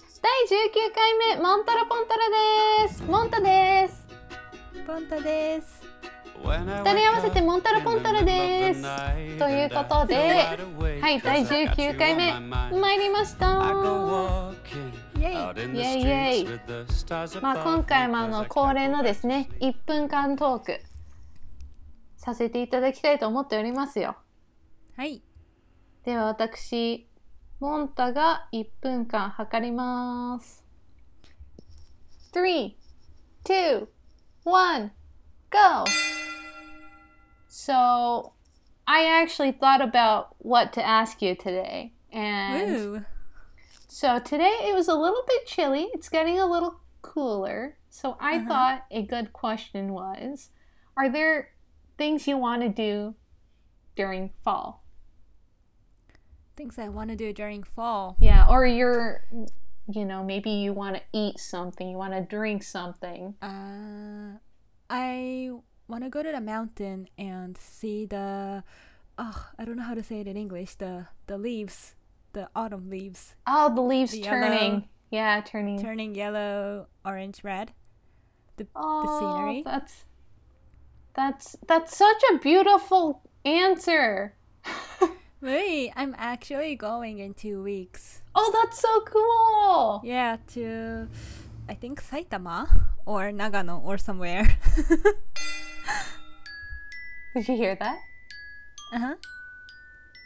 19回目モンタラポンタラですモンタですポンタです。二人合わせてモンタラポンタラですということでははいい、第第19 19回回目目。参りましたイイイエイイエエイイイエイ。まあまあ今回今回ももああのの恒恒例例ののでですすねね、 1分間トークさせていただきたいと思っておりますよはい。では私モンタが1分間測ります321 go so I actually thought about what to ask you today and Woo. so today it was a little bit chilly it's getting a little cooler so I Uh-huh. thought a good question was are there things you want to do during fall Things I want to do during fall. Yeah, or you're, you know, maybe you want to eat something, you want to drink something. Uh, I want to go to the mountain and see the. Oh, I don't know how to say it in English. The the leaves, the autumn leaves, Oh, the leaves The turning. yellow. Yeah, turning. turning yellow, orange, red. The oh, the scenery. That's that's that's such a beautiful answer. Wait, I'm actually going in two weeks. Oh, that's so cool. Yeah, to I think Saitama or Nagano or somewhere. Did you hear that? uh huh.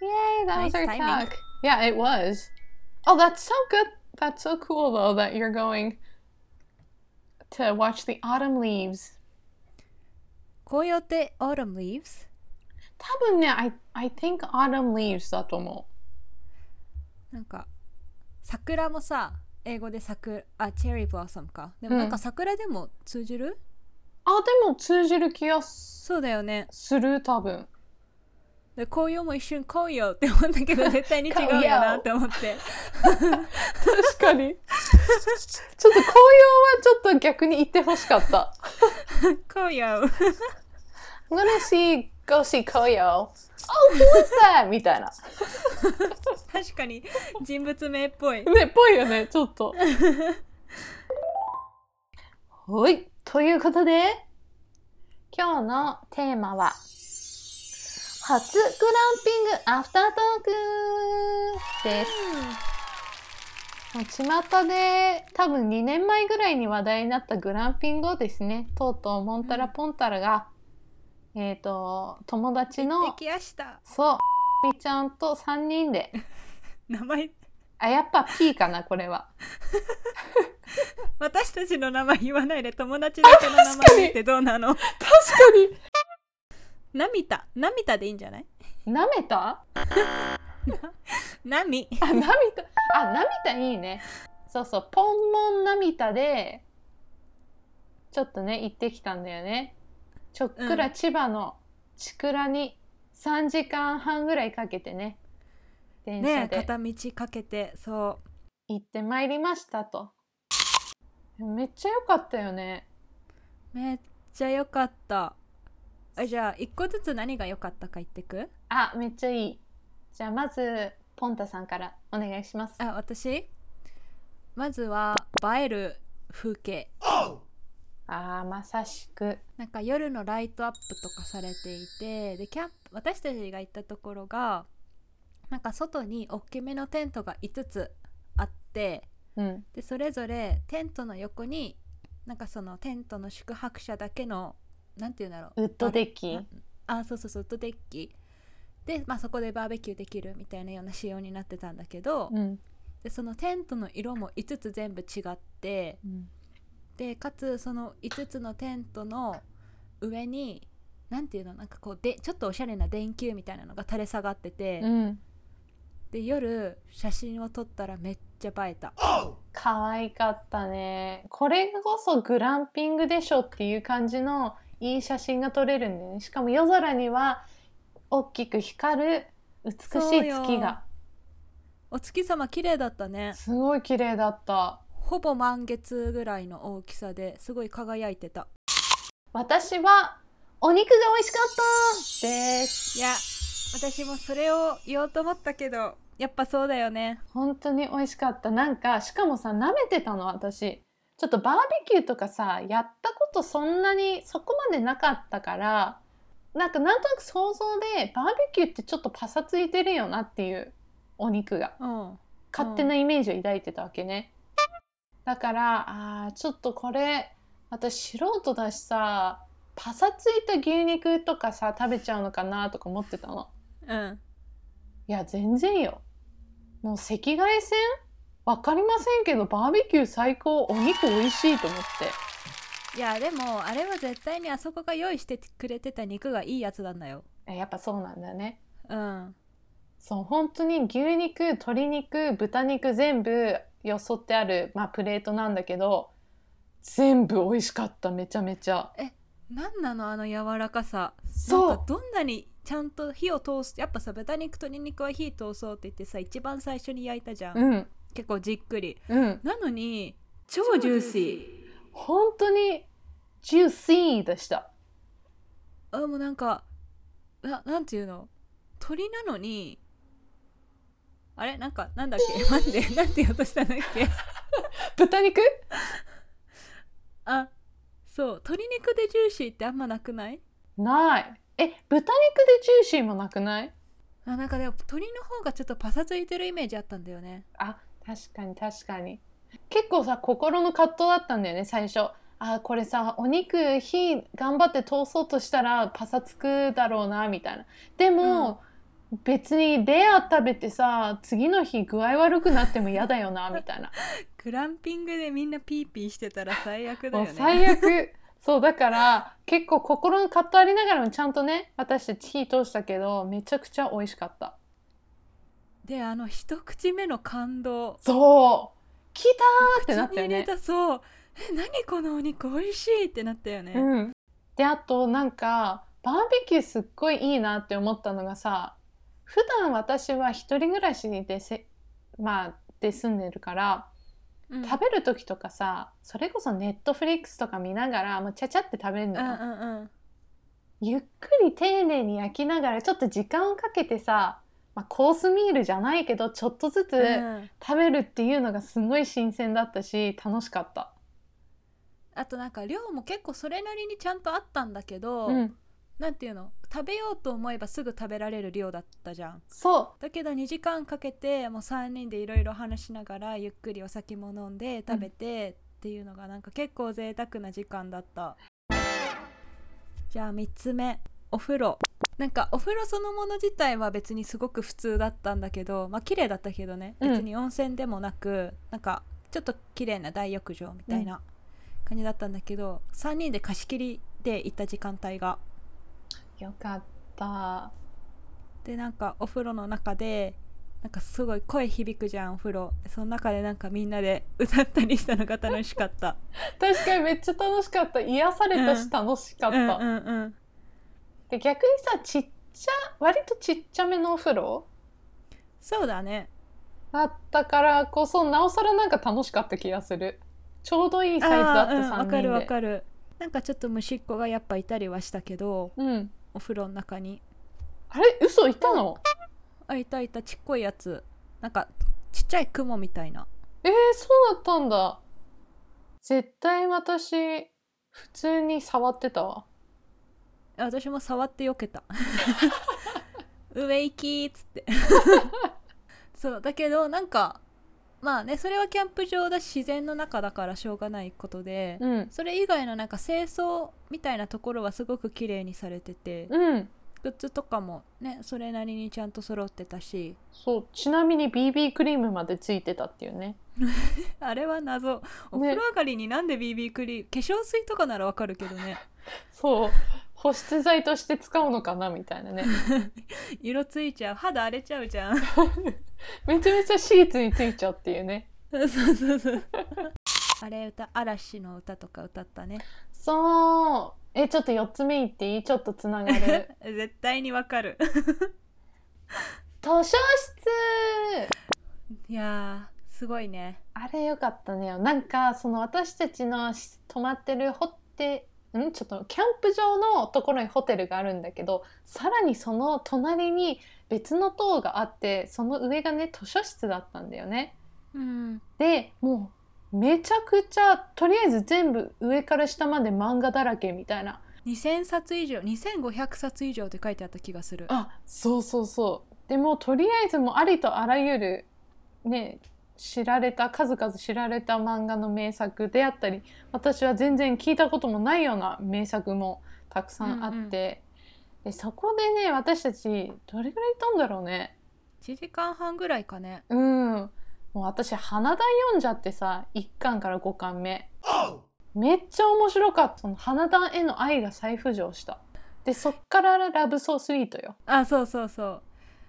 Yay, that was Nice our timing. talk. Yeah, it was. Oh, that's so good. That's so cool though that you're going to watch the autumn leaves. 紅葉って autumn leaves? 多分ね、I I think autumn leaves だと思う。なんか桜もさ英語で桜あチェリーブラサムかでもなんうかん桜でも通じる、あ、でも通じる気がすそうだよねる、多分。で紅葉も一瞬紅葉って思ったけ ど絶対に違うよなって思って確かに。ちょっと紅葉はちょっと逆に言ってほしかった。 紅葉 I'm gonna see, go see 紅葉。Oh, who is that? みたいな。確かに人物名っぽいね、ぽいよね、ちょっと。はい。ということで、今日のテーマは、初グランピングアフタートークです。もう巷で多分2年前ぐらいに話題になったグランピングをですね、とうとうモンタラポンタラが、えっ、と、友達での、きやしたそう、みちゃんと3人で、名前あ、やっぱ P かな、これは。私たちの名前言わないで友達だけの名前言ってどうなの確かに 涙涙でいいんじゃないなめた涙あ、なみた。あ、なみたいいね。そうそう、ポンモンなみたで、ちょっとね、行ってきたんだよね。ちょっくら千葉のちくらに3時間半ぐらいかけてね、電車ねで片道かけてそう行ってまいりましたと。めっちゃ良かったよね。めっちゃ良かったあじゃあ一個ずつ何が良かったか言ってくあ、めっちゃいい。じゃあまず、ポンタさんからお願いします。あ私まずは映える風景ああ、まさしく。なんか夜のライトアップとかされていてでキャンプ私たちが行ったところがなんか外に大きめのテントが5つあってうん。でそれぞれテントの横になんかそのテントの宿泊者だけのなんて言うんだろうウッドデッキ。あそうそうそうウッドデッキで、まあ、そこでバーベキューできるみたいなような仕様になってたんだけど、うん。でそのテントの色も5つ全部違ってでかつその5つのテントの上になんていうのなんかこうでちょっとおしゃれな電球みたいなのが垂れ下がってて、うん。で夜写真を撮ったらめっちゃ映えた可愛かったねこれこそグランピングでしょっていう感じのいい写真が撮れるんだよねしかも夜空には大きく光る美しいそう月よがお月様綺麗だったねすごい綺麗だったほぼ満月ぐらいの大きさですごい輝いてた私はお肉が美味しかったですいや私もそれを言おうと思ったけどやっぱそうだよね本当に美味しかったなんかしかもさ舐めてたの私ちょっとバーベキューとかさやったことそんなにそこまでなかったからなんかなんとなく想像でバーベキューってちょっとパサついてるよなっていうお肉がうん勝手なイメージを抱いてたわけね、だからあーちょっとこれ私素人だしさパサついた牛肉とかさ食べちゃうのかなとか思ってたのうんいや全然よもう赤外線わかりませんけどバーベキュー最高お肉美味しいと思っていやでもあれは絶対にあそこが用意してくれてた肉がいいやつなんだよえやっぱそうなんだねうんそう本当に牛肉鶏肉豚肉全部よそってある、まあ、プレートなんだけど全部美味しかっためちゃめちゃなんなのあの柔らかさそうなんかどんなにちゃんと火を通すやっぱさ豚肉鶏肉は火通そうって言ってさ一番最初に焼いたじゃん、うん結構じっくりうんなのに超ジューシ本当にジューシーでしたーあもうなんかななんていうの鳥なのにあれなんかなんだっ け待ってなんて言おうとしたんだっけ豚肉あそう鶏肉でジューシーってあんまなくないないえ豚肉でジューシーもなくないあなんかでも鳥の方がちょっとパサついてるイメージあったんだよねあ確かに確かに結構さ心の葛藤だったんだよね最初あこれさお肉火頑張って通そうとしたらパサつくだろうなみたいなでも、別にレア食べてさ次の日具合悪くなっても嫌だよ なみたいなグランピングでみんなピーピーしてたら最悪だもようね最悪そうだから結構心の葛藤ありながらもちゃんとね私たち火通したけどめちゃくちゃ美味しかったであの一口目の感動そう来たーってなった口によ入れねたそうえ何このお肉美味しいってなったよね、うん、であとなんかバーベキューすっごいいいなって思ったのがさ普段私は一人暮らしでせ、まあ、で住んでるからうん食べる時とかさそれこそネットフリックスとか見ながらもうちゃちゃって食べるのうよ、んうんうんゆっくり丁寧に焼きながらちょっと時間をかけてさ、まあ、コースミールじゃないけどちょっとずつうん食べるっていうのがすごい新鮮だったし楽しかった。あとなんか量も結構それなりにちゃんとあったんだけど、うん、なんていうの食べようと思えばすぐ食べられる量だったじゃんそうだけど2時間かけてもう3人でいろいろ話しながらゆっくりお酒も飲んで食べてっていうのがなんか結構贅沢な時間だったじゃあ3つ目お風呂なんかお風呂そのもの自体は別にすごく普通だったんだけどまあ綺麗だったけどねうん別に温泉でもなく、なんかちょっと綺麗な大浴場みたいな感じだったんだけど、3人で貸し切りで行った時間帯がよかった。でなんかお風呂の中でなんかすごい声響くじゃんお風呂その中でなんかみんなで歌ったりしたのが楽しかった確かにめっちゃ楽しかった癒されたうんし楽しかった、うんうんうんで逆にさちっちゃ割とちっちゃめのお風呂そうだねだったからこそなおさらなんか楽しかった気がするちょうどいいサイズだあっーうんた3人わで、かるわかるなんかちょっと虫っ子がやっぱいたりはしたけどうんお風呂の中にあれ嘘いたの、あいたいたちっこいやつなんかちっちゃい雲みたいなえー、そうだったんだ絶対私普通に触ってたわ私も触ってよけた上行きーっつってそうだけどなんかまあねそれはキャンプ場だし自然の中だからしょうがないことで、うんそれ以外のなんか清掃みたいなところはすごく綺麗にされてて、うんグッズとかもねそれなりにちゃんと揃ってたしそうちなみに BB クリームまでついてたっていうねあれは謎お風呂上がりになんで BB クリーム、化粧水とかならわかるけどねそう保湿剤として使うのかなみたいなね色ついちゃう肌荒れちゃうじゃんめちゃめちゃシーツについちゃうっていうねそうそうそうあれ歌嵐の歌とか歌ったねそうえちょっと4つ目言っていいちょっとつなが る絶対にわかる図書室いやーすごいねあれよかったねなんかその私たちのし泊まってるホテんちょっとキャンプ場のところにホテルがあるんだけどさらにその隣に別の塔があってその上がね図書室だったんだよね。うんでもうめちゃくちゃとりあえず全部上から下まで漫画だらけみたいな2000冊以上2500冊以上って書いてあった気がするあそうそうそうでもうとりあえずもうありとあらゆるね知られた数々知られた漫画の名作であったり私は全然聞いたこともないような名作もたくさんあって、でそこでね私たちどれぐらいいたんだろうね1時間半ぐらいかねうんもう私花田読んじゃってさ1巻から5巻目めっちゃ面白かったその花田への愛が再浮上したでそっからラブソースリートよあそうそうそう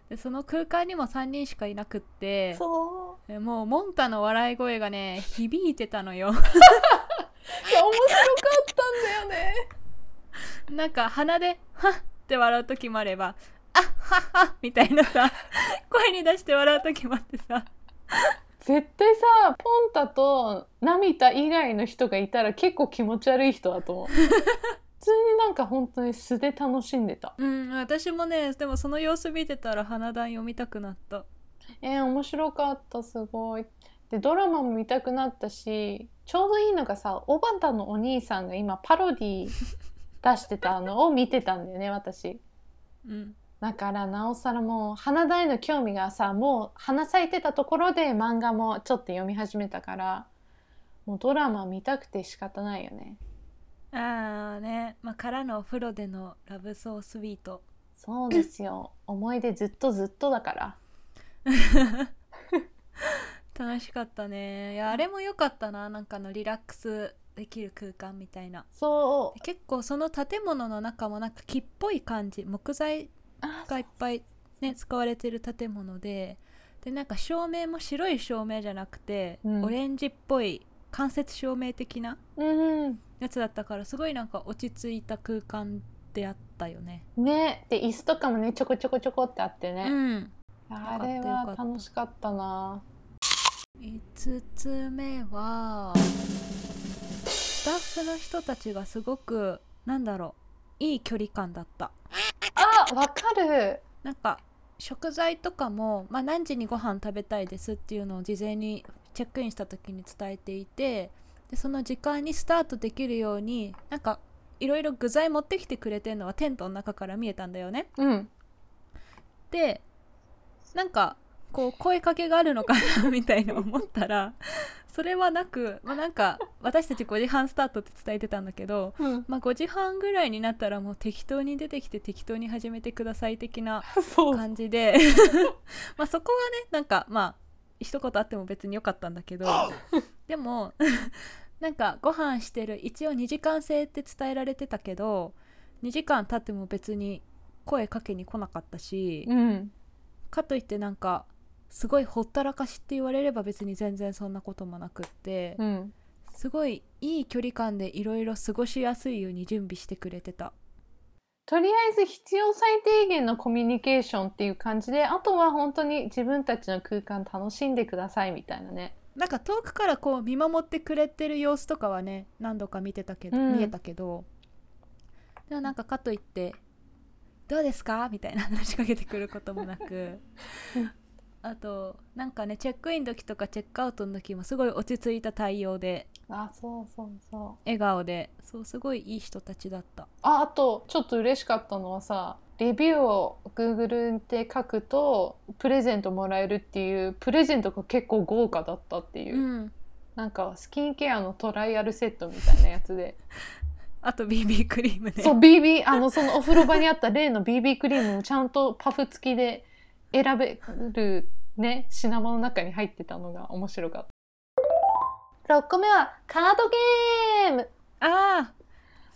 でその空間にも3人しかいなくってそうでもうモンタの笑い声がね響いてたのよ いや面白かったんだよね。なんか鼻で「はっ」って笑う時もあれば「あっはっはっ」みたいなさ声に出して笑う時もあってさ絶対さポンタと涙以外の人がいたら結構気持ち悪い人だと思う。普通になんか本当に素で楽しんでた。うん私もねでもその様子見てたら花壇読みたくなったえー、面白かったすごい。でドラマも見たくなったしちょうどいいのがさ小畑のお兄さんが今パロディ出してたのを見てたんだよね私。うんだからなおさらもう花大の興味がさもう花咲いてたところで漫画もちょっと読み始めたからもうドラマ見たくて仕方ないよねああね、まあ、からのお風呂でのラブソースイートそうですよ思い出ずっとずっとだから楽しかったねいやあれも良かったななんかあのリラックスできる空間みたいなそう結構その建物の中もなんか木っぽい感じ木材あがいっぱいね使われてる建物ででなんか照明も白い照明じゃなくて、うんオレンジっぽい間接照明的なうんやつだったからすごいなんか落ち着いた空間であったよね。ねで椅子とかもねちょこちょこちょこってあってうね、ん、あれよかはった楽しかったな5つ目はスタッフの人たちがすごくなんだろういい距離感だった。あわかるなんか食材とかも、まあ、何時にご飯食べたいですっていうのを事前にチェックインした時に伝えていてでその時間にスタートできるようになんかいろいろ具材持ってきてくれてるのはテントの中から見えたんだよね。うんでなんかこう声かけがあるのかなみたいな思ったらそれはなく、まあ、なんか私たち5時半スタートって伝えてたんだけど、うんまあ、5時半ぐらいになったらもう適当に出てきて適当に始めてください的なそう感じで まあそこはねなんかまあ一言あっても別に良かったんだけどでも なんかご飯してる一応2時間制って伝えられてたけど2時間経っても別に声かけに来なかったし、うんかといってなんかすごいほったらかしって言われれば別に全然そんなこともなくって、うんすごいいい距離感でいろいろ過ごしやすいように準備してくれてた。とりあえず必要最低限のコミュニケーションっていう感じであとは本当に自分たちの空間楽しんでくださいみたいなねなんか遠くからこう見守ってくれてる様子とかはね何度か見てたけど、うん見えたけどでもなんかかといって「どうですか?」みたいな話しかけてくることもなくうんあとなんかねチェックイン時とかチェックアウトの時もすごい落ち着いた対応であそうそうそう笑顔でそうすごいいい人たちだった。ああとちょっと嬉しかったのはさレビューを Google で書くとプレゼントもらえるっていうプレゼントが結構豪華だったっていう、うん、なんかスキンケアのトライアルセットみたいなやつであと BB クリームねそう BB あのそのお風呂場にあった例の BB クリームもちゃんとパフ付きで選べるね品物の中に入ってたのが面白かった6個目はカードゲームああ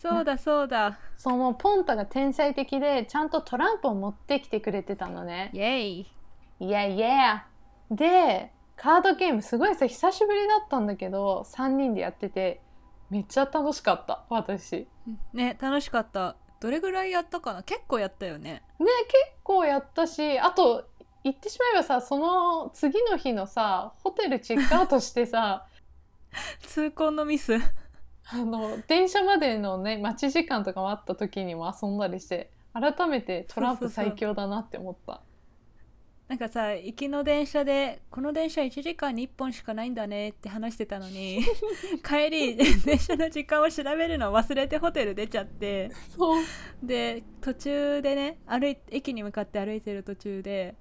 そうだそうだそうもうポンタが天才的でちゃんとトランプを持ってきてくれてたのねイエイいやいやでカードゲームすごいさ久しぶりだったんだけど3人でやっててめっちゃ楽しかった私ねね楽しかったどれぐらいやったかな結構やったよね結構やったしあと言ってしまえばさその次の日のさホテルチェックアウトしてさ 痛恨のミスあの電車までのね待ち時間とかもあった時にも遊んだりして改めてトランプ最強だなって思ったなんかさ行きの電車でこの電車1時間に1本しかないんだねって話してた のに帰り電車の時間を調べるの忘れてホテル出ちゃってそうで途中でね歩い駅に向かって歩いてる途中で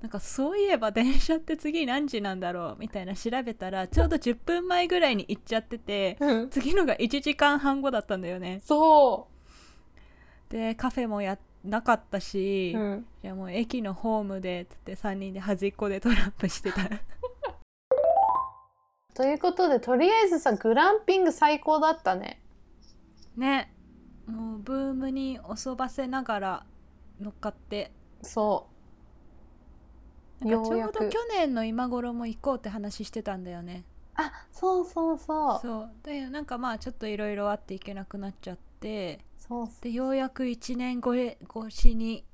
なんかそういえば電車って次何時なんだろうみたいな調べたらちょうど10分前ぐらいに行っちゃっててうん次のが1時間半後だったんだよねそでカフェもやなかったし、う、うん、いやもう駅のホームでつって3人で端っこでトラップし てたということでとりあえずさグランピング最高だったねねもうブームに遅ばせながら乗っかってそなんかよちうょやうくど去年の今頃も行こうって話してたんだよねうあそうそうそうそうそうでなんかまあちょっといろいろあって行けなくなっちゃってそうでようやく1年越しに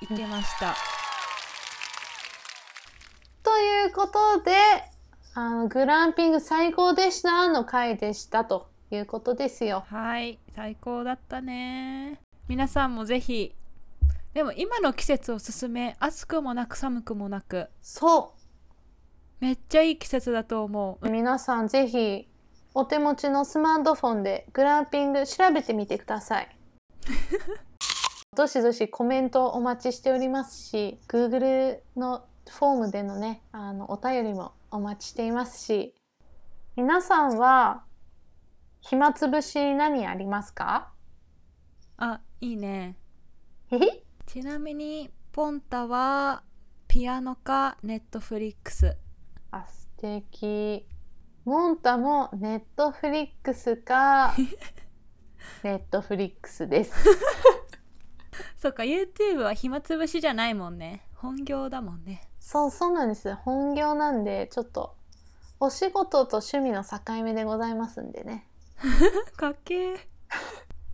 行けましたということであのグランピング最高でしたの回でしたということですよはい最高だったね皆さんもぜひでも今の季節おすすめ暑くもなく寒くもなくそめっちゃいい季節だと思うう皆さんぜひお手持ちのスマートフォンでグランピング調べてみてくださいどしどしコメントお待ちしておりますし Google のフォームでのねあのお便りもお待ちしていますし皆さんは暇つぶし何ありますかあいいねえへちなみにポンタはピアノかネットフリックスあ素敵モンタもネットフリックスかネットフリックスですそっか YouTube は暇つぶしじゃないもんね本業だもんねそうそうなんです本業なんでちょっとお仕事と趣味の境目でございますんでねかっけー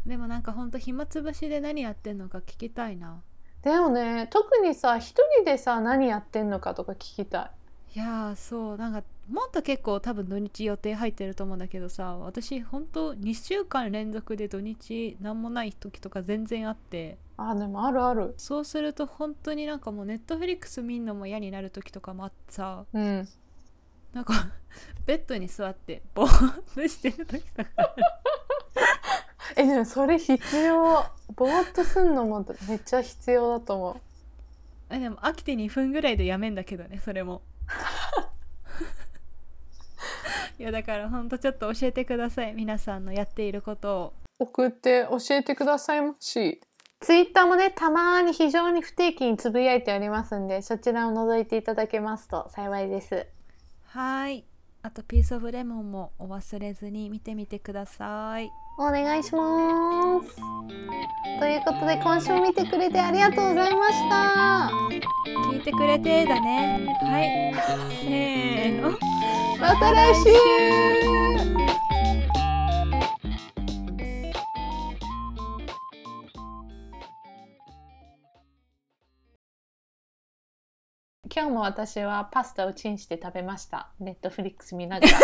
でもなんかほんと暇つぶしで何やってんのか聞きたいなでもね特にさ一人でさ何やってんのかとか聞きたいやーそうなんかもっと結構多分土日予定入ってると思うんだけどさ私ほんと2週間連続で土日何もない時とか全然あっていあでもあるあるそうすると本当になんかもうネットフリックス見んのも嫌になる時とかもあってさうんなんか ベッドに座ってぼーっとしてる時とかえでもそれ必要ぼーっとすんのもめっちゃ必要だと思えでも飽きて2分ぐらいでやめんだけどねそれもいやだからほんとちょっと教えてください皆さんのやっていることをう送って教えてくださいましツイッターもねたまーに非常に不定期につぶやいておりますんでそちらを覗いていただけますと幸いですはいあとピースオブレモンもお忘れずに見てみてくださいお願いします。ということで今週も見てくれてありがとうございました。聞いてくれてだねはいせーのまた来週。今日も私はパスタをチンして食べました。ネットフリックス見ながら。